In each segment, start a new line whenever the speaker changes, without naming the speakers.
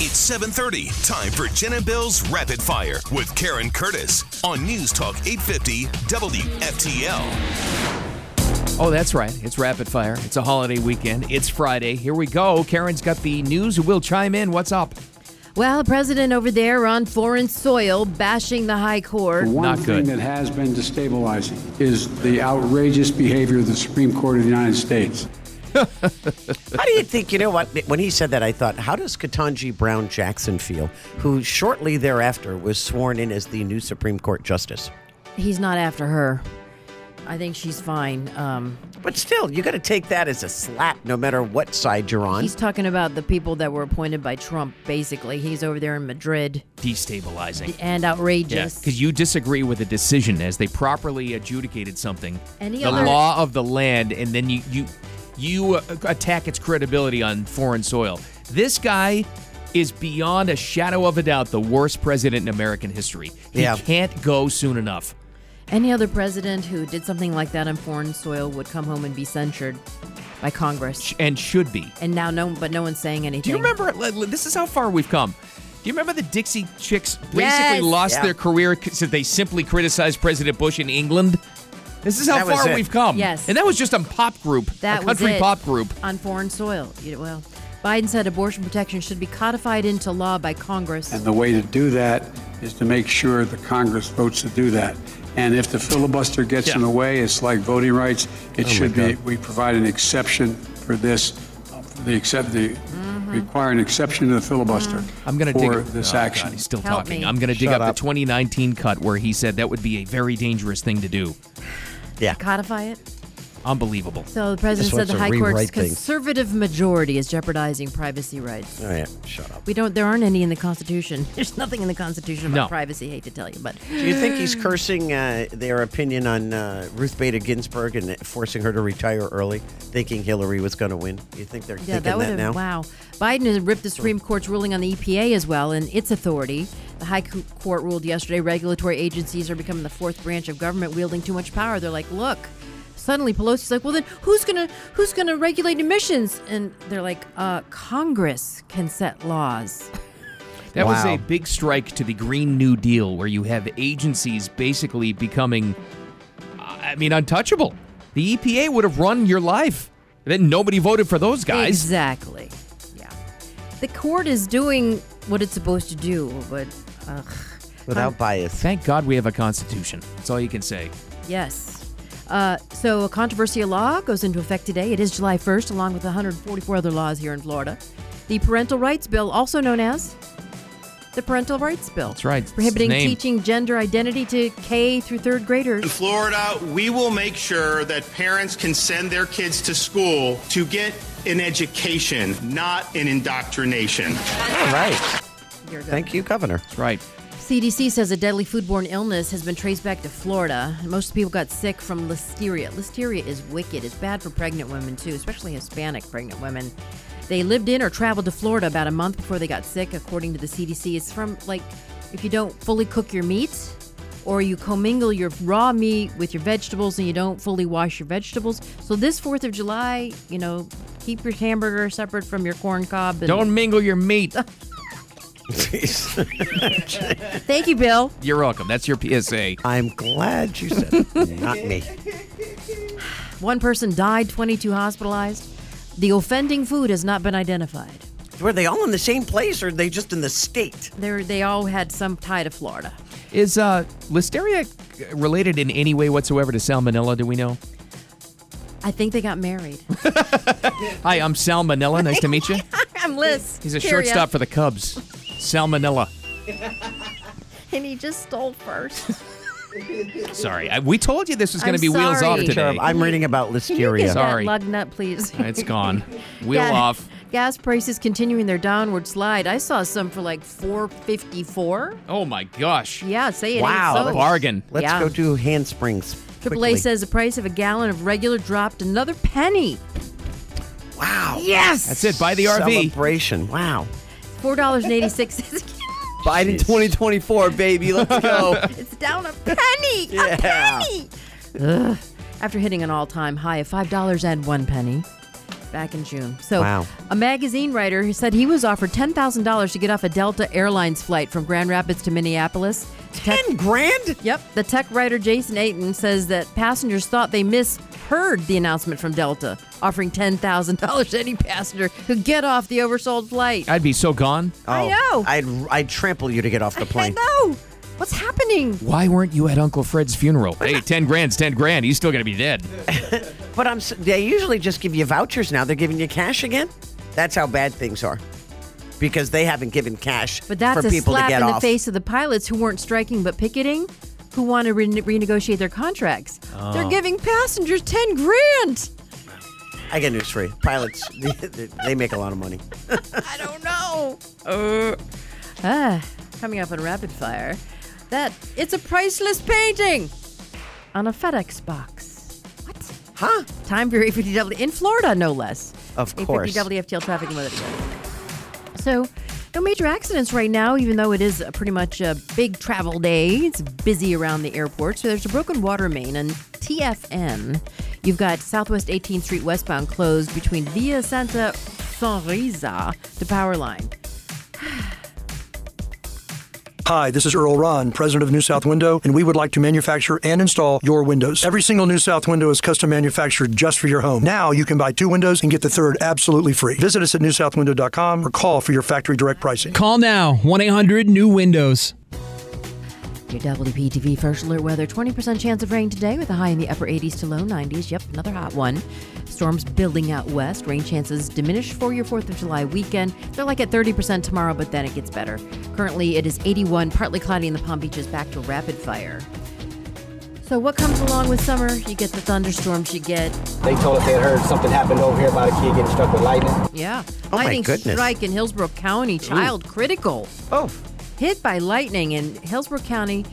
It's 7:30. Time for Jen and Bill's Rapid Fire with Karen Curtis on News Talk 850 WFTL.
Oh, that's right. It's rapid fire. It's a holiday weekend. It's Friday. Here we go. Karen's got the news. We'll chime in. What's up?
Well, the president over there on foreign soil bashing the high court.
One
Not
thing
good.
that has been destabilizing is the outrageous behavior of the Supreme Court of the United States.
How do you think, you know what? When he said that, I thought, how does Katanji Brown Jackson feel, who shortly thereafter was sworn in as the new Supreme Court Justice?
He's not after her. I think she's fine. Um,
But still, you got to take that as a slap no matter what side you're on.
he's talking about the people that were appointed by Trump, basically. He's over there in Madrid
Destabilizing.
and
Yeah,
outrageous.
because you disagree with a decision as they properly adjudicated something,
Any
the
other-
law of the land, and then you you you uh, attack its credibility on foreign soil. This guy is beyond a shadow of a doubt the worst president in American history. He
Yeah.
can't go soon enough.
Any other president who did something like that on foreign soil would come home and be censured by Congress.
Sh- and should be.
And now, no, but no one's saying anything.
Do you remember? li- li- This is how far we've come. Do you remember the Dixie Chicks basically
Yes.
lost
Yeah.
their career because they simply criticized President Bush in England? This is how
That was
far
it.
we've come.
Yes.
And that was just a pop group,
That
a
was
country
it.
pop group.
on foreign soil? You- Well, Biden said abortion protection should be codified into law by Congress.
And the way to do that is to make sure the Congress votes to do that. And if the filibuster gets in
Yeah. Oh,
the way, it's like voting rights. It should be, we provide an exception for this, uh, the accept, the, require an exception to the filibuster
Mm-hmm. I'm going to dig
for
up-
this
Oh, God,
action.
he's still
Help
talking.
me.
I'm going to dig
Shut
up,
up.
the 2019 cut where he said that would be a very dangerous thing to do.
yeah.
Codify it?
Unbelievable.
So the president
Just
said the
wants to
High Court's
rewrite things.
conservative majority is jeopardizing privacy rights.
All right, Oh, shut up.
We don't. There aren't any in the Constitution. There's nothing in the Constitution about
No.
privacy. Hate to tell you, but
Do you think he's cursing uh, their opinion on uh, Ruth Bader Ginsburg and forcing her to retire early, thinking Hillary was going to win? You think they're
yeah,
thinking that,
that would have
now?
wow. Biden has ripped the Supreme Court's ruling on the EPA as well and its authority. The High Co- Court ruled yesterday regulatory agencies are becoming the fourth branch of government wielding too much power. They're like, look. Suddenly, Pelosi's like, "Well, then who's gonna who's gonna regulate emissions?" And they're like, uh, "Congress can set laws."
That was
Wow.
a big strike to the Green New Deal, where you have agencies basically becoming, uh, I mean, untouchable. The EPA would have run your life. Then nobody voted for those guys.
Exactly. Yeah. The court is doing what it's supposed to do, but ugh,
Without bias.
Thank God we have a constitution. That's all you can say.
yes. Uh, so, a controversial law goes into effect today. It is July 1st, along with 144 other laws here in Florida. The Parental Rights Bill, also known as the Parental Rights Bill.
That's right. It's the
Prohibiting
name.
teaching gender identity to K through third
In
graders.
Florida, we will make sure that parents can send their kids to school to get an education, not an indoctrination.
All right.
Here it goes.
Thank you, Governor.
That's right.
CDC says a deadly foodborne illness has been traced back to Florida. Most people got sick from listeria. Listeria is wicked. It's bad for pregnant women, too, especially Hispanic pregnant women. They lived in or traveled to Florida about a month before they got sick, according to the CDC. It's from, like, if you don't fully cook your meat or you commingle your raw meat with your vegetables and you don't fully wash your vegetables. So this 4th of July, you know, keep your hamburger separate from your corn cob. And
Don't mingle your meat.
Jeez.
Thank you, Bill.
You're welcome. That's your PSA.
I'm glad you said it, not me.
One person died, 22 hospitalized. The offending food has not been identified.
Were they all in the same place or are they just in the state?
They're, they all had some tie to Florida.
Is uh, listeria uh, related in any way whatsoever to salmonella? Do we know?
I think they got married.
Hi, I'm Salmonella. Nice to meet you.
I'm Liz.
He's a
Period.
shortstop for the Cubs. Salmonella.
And he just stole first.
Sorry, I, we told you this was going to
I'm
be wheels off
sorry.
today.
I'm reading about
Can you get
listeria.
Sorry.
that lug nut, please?
It's gone. Wheel
Ga-
off.
Gas prices continuing their downward slide. I saw some for like 454.
Oh my gosh.
Yeah, say it
Wow.
ain't so.
Bargain.
Let's
Yeah.
go do handsprings. quickly.
AAA says the price of a gallon of regular dropped another penny.
Wow.
Yes.
That's it. Buy the RV.
Celebration. Wow.
Four dollars and eighty six cents.
Biden 2024, baby. Let's go.
It's down a penny. A
Yeah.
penny. Ugh. After hitting an all-time high of five dollars and one penny, back in June. So,
Wow.
a magazine writer who said he was offered ten thousand dollars to get off a Delta Airlines flight from Grand Rapids to Minneapolis. Tech-
Ten grand?
yep, the tech writer Jason Aiton says that passengers thought they misheard the announcement from Delta, offering ten thousand dollars to any passenger who get off the oversold flight.
I'd be so gone.
I know.
I'd I'd trample you to get off oh, the
I
plane.
know. What's happening?
Why weren't you at Uncle Fred's funeral? Hey, 10 grand's 10 grand. He's still going to be dead.
But I'm. s- They usually just give you vouchers now. They're giving you cash again. That's how bad things are, because they haven't given cash
But that's
for
a
people
slap
to get
in
off.
the face of the pilots who weren't striking but picketing, who want to rene- renegotiate their contracts.
Oh.
They're giving passengers 10 grand.
I got news for you. Pilots, they, they make a lot of money.
I don't know. Uh, ah, coming up on rapid fire. That it's a priceless painting on a FedEx box. What?
Huh?
Time for A50W in Florida, no less. E
Of course.
A50WFTL traffic and weather together. So, no major accidents right now, even though it is a pretty much a big travel day. It's busy around the airport. So, there's a broken water main and TFN. You've got Southwest 18th Street westbound closed between Via Santa Sonrisa, the power line.
Hi, this is Earl Ron, president of New South Window, and we would like to manufacture and install your windows. Every single New South window is custom manufactured just for your home. Now you can buy two windows and get the third absolutely free. Visit us at newsouthwindow.com or call for your factory direct pricing.
Call now 1 800 New Windows.
Your WPTV First Alert weather 20% chance of rain today with a high in the upper 80s to low 90s. Yep, another hot one. Storms building out west. Rain chances diminish for your 4th of July weekend. They're like at 30% tomorrow, but then it gets better. Currently, it is 81, partly cloudy in the Palm Beaches, back to rapid fire. So, what comes along with summer? You get the thunderstorms, you get,
They told us they had heard something happened over here about a kid getting struck with lightning.
yeah,
Oh my
lightning
goodness.
strike in Hillsborough County, child critical.
Oh,
hit by lightning in Hillsborough County.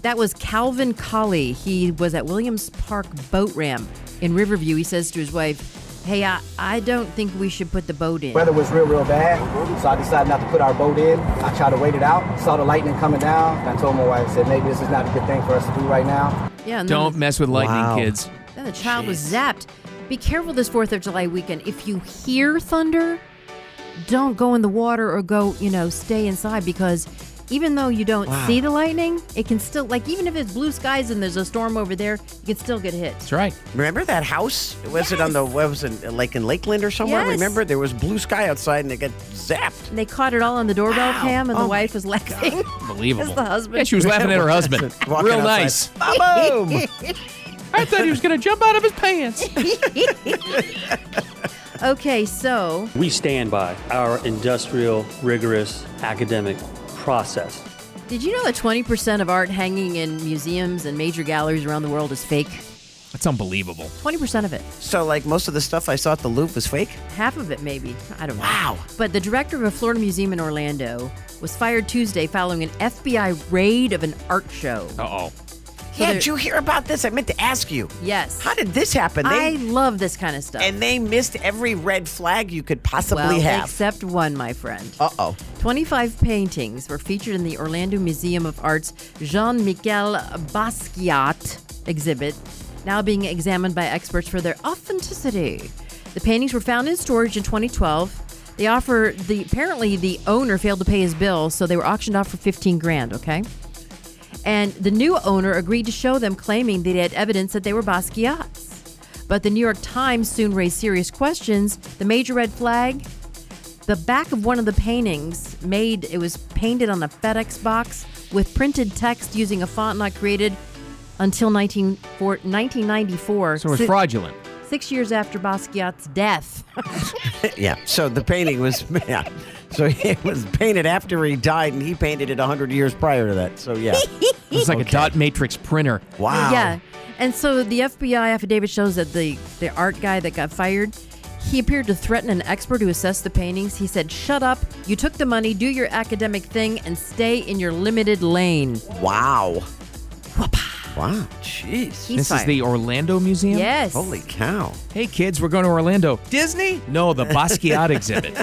That was Calvin Colley. He was at Williams Park boat ramp in Riverview. He says to his wife, Hey, I, I don't think we should put the boat in.
Weather was real, real bad, so I decided not to put our boat in. I tried to wait it out, saw the lightning coming down, and I told my wife, I said, maybe this is not a good thing for us to do right now.
Yeah, and then
Don't
the-
mess with lightning,
Wow.
kids.
Then the child was zapped. Be careful this 4th of July weekend. If you hear thunder, don't go in the water or go, you know, stay inside because even though you don't see the lightning, it can still, like, even if it's blue skies and there's a storm over there, you can still get hit.
That's right.
remember that house? Was it on the what was it like in Lakeland or somewhere?
Yes.
Remember there was blue sky outside and it got zapped.
And they caught it all on the doorbell
Wow.
cam, and
Oh
the
my
wife was laughing.
Unbelievable.
As the husband.
Yeah, she was laughing at her husband.
Walking
Real
outside.
nice.
Boom!
I thought he was going to jump out of his pants.
okay, so
We stand by our industrial, rigorous academic process.
did you know that 20% of art hanging in museums and major galleries around the world is fake?
That's unbelievable.
20% of it.
so like most of the stuff I saw at the Louvre was fake.
Half of it, maybe. I don't know.
Wow.
But the director of a Florida museum in Orlando was fired Tuesday following an FBI raid of an art show.
Uh oh.
yeah,
there-
did you hear about this? I meant to ask you.
Yes.
How did this happen?
I
They
love this kind of stuff.
and they missed every red flag you could possibly
well,
have.
except one, my friend.
uh oh.
25 paintings were featured in the Orlando Museum of Art's Jean Michel Basquiat exhibit, now being examined by experts for their authenticity. The paintings were found in storage in 2012. They offer the apparently the owner failed to pay his bill, so they were auctioned off for 15 grand, okay? And the new owner agreed to show them claiming they had evidence that they were Basquiat's. But the New York Times soon raised serious questions. The major red flag the back of one of the paintings made it was painted on a FedEx box with printed text using a font not created until 19, for, 1994.
So it was
si-
fraudulent.
Six years after Basquiat's death.
Yeah. So the painting was yeah. So it was painted after he died, and he painted it hundred years prior to that. So yeah.
It was like a dot matrix printer.
Wow.
Yeah. And so the FBI affidavit shows that the, the art guy that got fired, he appeared to threaten an expert who assessed the paintings. He said, Shut up, you took the money, do your academic thing, and stay in your limited lane.
Wow. Wow. Jeez.
He's
This
fired.
is the Orlando Museum?
Yes.
Holy cow.
Hey, kids, we're going to Orlando. Disney? No, the Basquiat exhibit.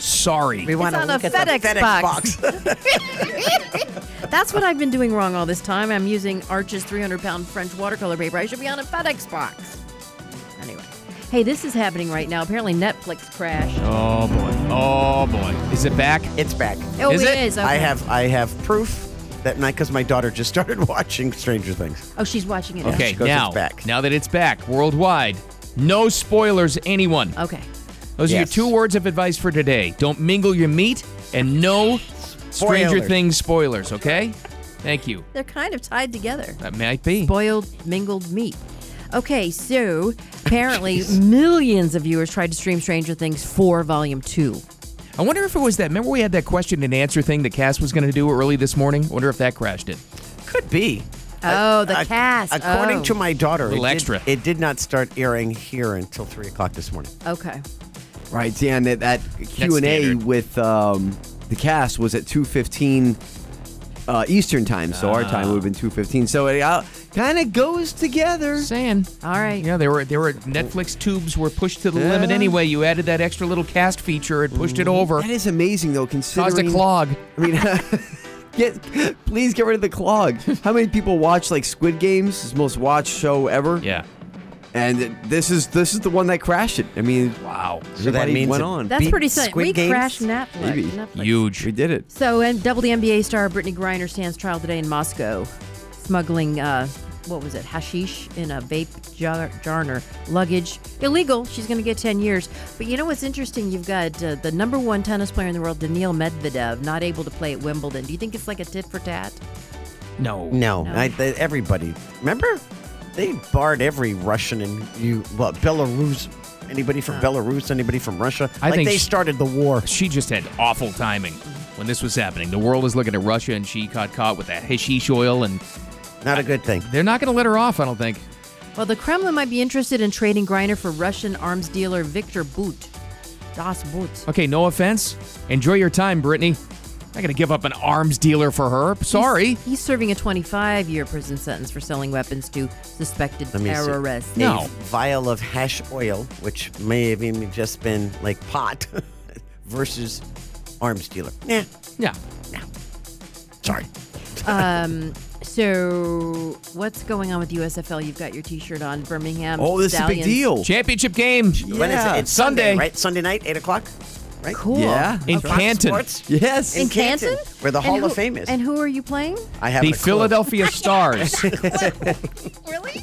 Sorry.
We want
on a FedEx box. That's what I've been doing wrong all this time. I'm using Arch's 300 pound French watercolor paper. I should be on a FedEx box. Anyway. Hey, this is happening right now. Apparently, Netflix crashed.
Oh boy. Oh boy. Is it back?
It's back.
Oh, Is it it? is, okay.
I have I have proof that night because my daughter just started watching Stranger Things.
Oh, she's watching it.
Okay,
she goes,
now
"It's back."
now that it's back worldwide, no spoilers, anyone.
Okay.
Those are your
Uh, Yes.
two words of advice for today. Don't mingle your meat and no Stranger
Spoilers.
Things spoilers. Okay. Thank you.
They're kind of tied together.
That might be.
Boiled, mingled meat. Okay, so apparently millions of viewers tried to stream Stranger Things 4 Volume 2.
I wonder if it was that. Remember, we had that question and answer thing that Cass was going to do early this morning. I wonder if that crashed it.
Could be.
Oh, the
Ac-
cast.
According
Oh.
to my daughter,
Little
it did-
extra.
it did not start airing here until three o'clock this morning.
Okay.
Right, Dan. That, that Q and A
standard.
with um, the cast was at two fifteen uh, Eastern time, so our time would have been two fifteen. So it uh, out kind of goes together.
Saying,
all right.
Yeah, they were they were Netflix tubes were pushed to the limit
Yeah.
anyway. You added that extra little cast feature, it pushed it over.
That is amazing, though. Considering
clog.
I mean, get please get rid of the clog. How many people watch like Squid Games? It's the most watched show ever.
Yeah.
And this is this is the one that crashed it. I mean,
wow.
So that
means
went
it
on.
That's
Beat
pretty sad.
Squid
we
Games?
crashed Netflix.
Maybe.
Netflix.
Huge.
We did it.
So, and WNBA star Brittany Griner stands trial today in Moscow, smuggling, uh, what was it, hashish in a vape jar, jar in her luggage. Illegal. She's going to get 10 years. But you know what's interesting? You've got uh, the number one tennis player in the world, Daniil Medvedev, not able to play at Wimbledon. Do you think it's like a tit for tat?
No.
No, I, they, everybody. Remember, they barred every Russian and you, well, Belarus. Anybody from Belarus? Anybody from Russia?
I
like
think
they
sh-
started the war.
She just had awful timing when this was happening. The world is looking at Russia, and she got caught with that hashish oil, and
Not a good thing.
they're not going to let her off. I don't think.
Well, the Kremlin might be interested in trading Griner for Russian arms dealer Victor Boot. Das Boot.
Okay, no offense. Enjoy your time, Brittany. I'm not going to give up an arms dealer for her. Sorry.
He's, he's serving a 25 year prison sentence for selling weapons to suspected
Let me see.
terrorists.
A vial of hash oil, which may have even just been like pot, versus arms dealer. Yeah,
Yeah.
sorry.
um, so what's going on with USFL? You've got your T-shirt on, Birmingham.
Oh, this is a big
Stallions.
deal.
Championship game.
When is
Yeah.
it? It's Sunday,
Sunday.
right? Sunday night, eight o'clock. Right?
Cool.
Yeah.
In
Fox
Canton.
Sports?
Yes.
In
In
Canton,
Canton, where the
And
Hall of
who-
Fame is.
And who are you playing?
I have
The Philadelphia Stars.
Really?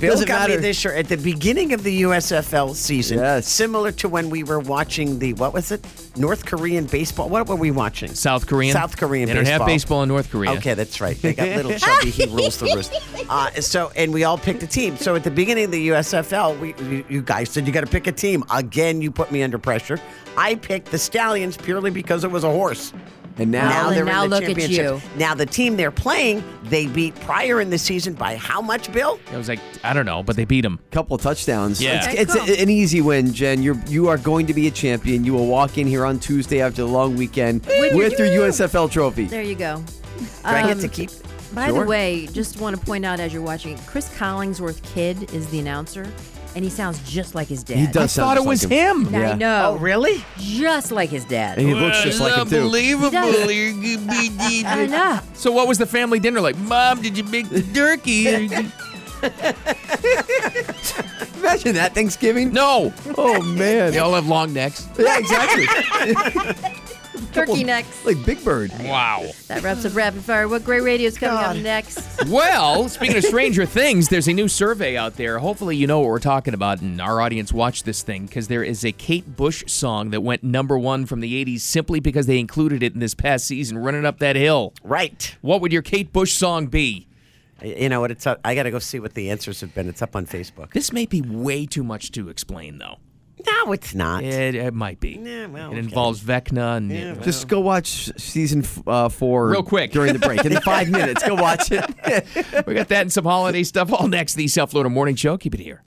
Bill
Doesn't
got
matter.
me this year at the beginning of the USFL season.
Yes.
Similar to when we were watching the what was it? North Korean baseball. What were we watching?
South Korean.
South Korean.
They don't have baseball in North Korea.
Okay, that's right. They got little chubby. he rules the roost. Uh, so, and we all picked a team. So at the beginning of the USFL, we, you, you guys said you got to pick a team. Again, you put me under pressure. I picked the Stallions purely because it was a horse.
And
Now
now,
they're
now
in the
look at
championship.
you.
Now the team they're playing, they beat prior in the season by how much, Bill?
It was like I don't know, but they beat them.
a couple of touchdowns.
Yeah.
It's-
Okay,
It's,
cool.
an easy win, Jen. You're you are going to be a champion. You will walk in here on Tuesday after the long weekend
With
with,
your-
your USFL trophy.
There you go.
Do I get to keep?
By the
Sure.
way, just want to point out as you're watching, Chris Collingsworth Kid is the announcer, and he sounds just like his dad.
He does. sound
Thought it
just
was
like him.
him.
Now I
Yeah.
know.
Oh, really?
Just like his dad.
And he looks just like him too.
I know.
So what was the family dinner like? Mom, did you make the turkey?
Imagine that Thanksgiving.
no.
Oh man.
They all have long necks.
Yeah, exactly.
Turkey necks.
like Big Bird.
Wow.
That wraps up Rapid Fire. What great radio is coming up
God.
next?
Well, speaking of Stranger Things, there's a new survey out there. Hopefully, you know what we're talking about, and our audience watched this thing because there is a Kate Bush song that went number one from the 80s simply because they included it in this past season, Running Up That Hill.
Right.
What would your Kate Bush song be?
You know what? It's up. I got to go see what the answers have been. It's up on Facebook.
This may be way too much to explain, though.
No, it's not.
It, it might be.
Yeah, well,
it
okay.
involves Vecna and
Just go watch season f- uh, four
Real quick.
during the break. In five minutes, go watch it.
we got that and some holiday stuff all next. The South Florida Morning Show. Keep it here.